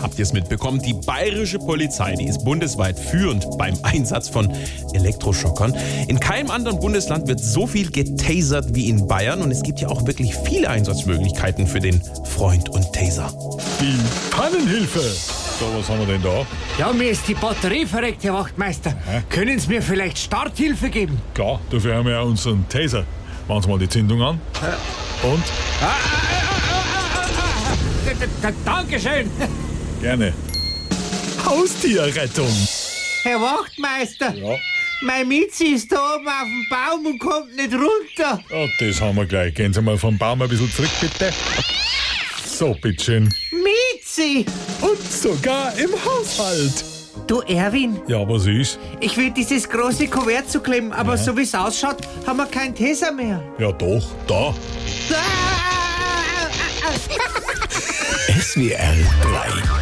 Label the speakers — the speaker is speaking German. Speaker 1: habt ihr es mitbekommen, die bayerische Polizei, die ist bundesweit führend beim Einsatz von Elektroschockern. In keinem anderen Bundesland wird so viel getasert wie in Bayern und es gibt ja auch wirklich viele Einsatzmöglichkeiten für den Freund und Taser.
Speaker 2: Die Pannenhilfe. So, was haben wir denn da?
Speaker 3: Ja, mir ist die Batterie verreckt, Herr Wachtmeister. Können Sie mir vielleicht Starthilfe geben?
Speaker 2: Klar, dafür haben wir ja unseren Taser. Machen Sie mal die Zündung an. Und?
Speaker 3: Ah, ah, ah, ah, ah, ah. D- d- d- Dankeschön.
Speaker 2: Gerne. Haustierrettung.
Speaker 3: Herr Wachtmeister,
Speaker 2: Ja.
Speaker 3: mein Mitzi ist da oben auf dem Baum und kommt nicht runter.
Speaker 2: ja, das haben wir gleich. Gehen Sie mal vom Baum ein bisschen zurück, bitte. So, bitteschön.
Speaker 3: Mitzi!
Speaker 2: Und sogar im Haushalt.
Speaker 3: Du Erwin,
Speaker 2: Ja, was ist?
Speaker 3: ich will dieses große Kuvert zuklemmen, aber so wie es ausschaut, haben wir keinen Tesa mehr.
Speaker 2: Ja, doch, da.
Speaker 3: Ah, ah, ah, ah.
Speaker 4: SWR 3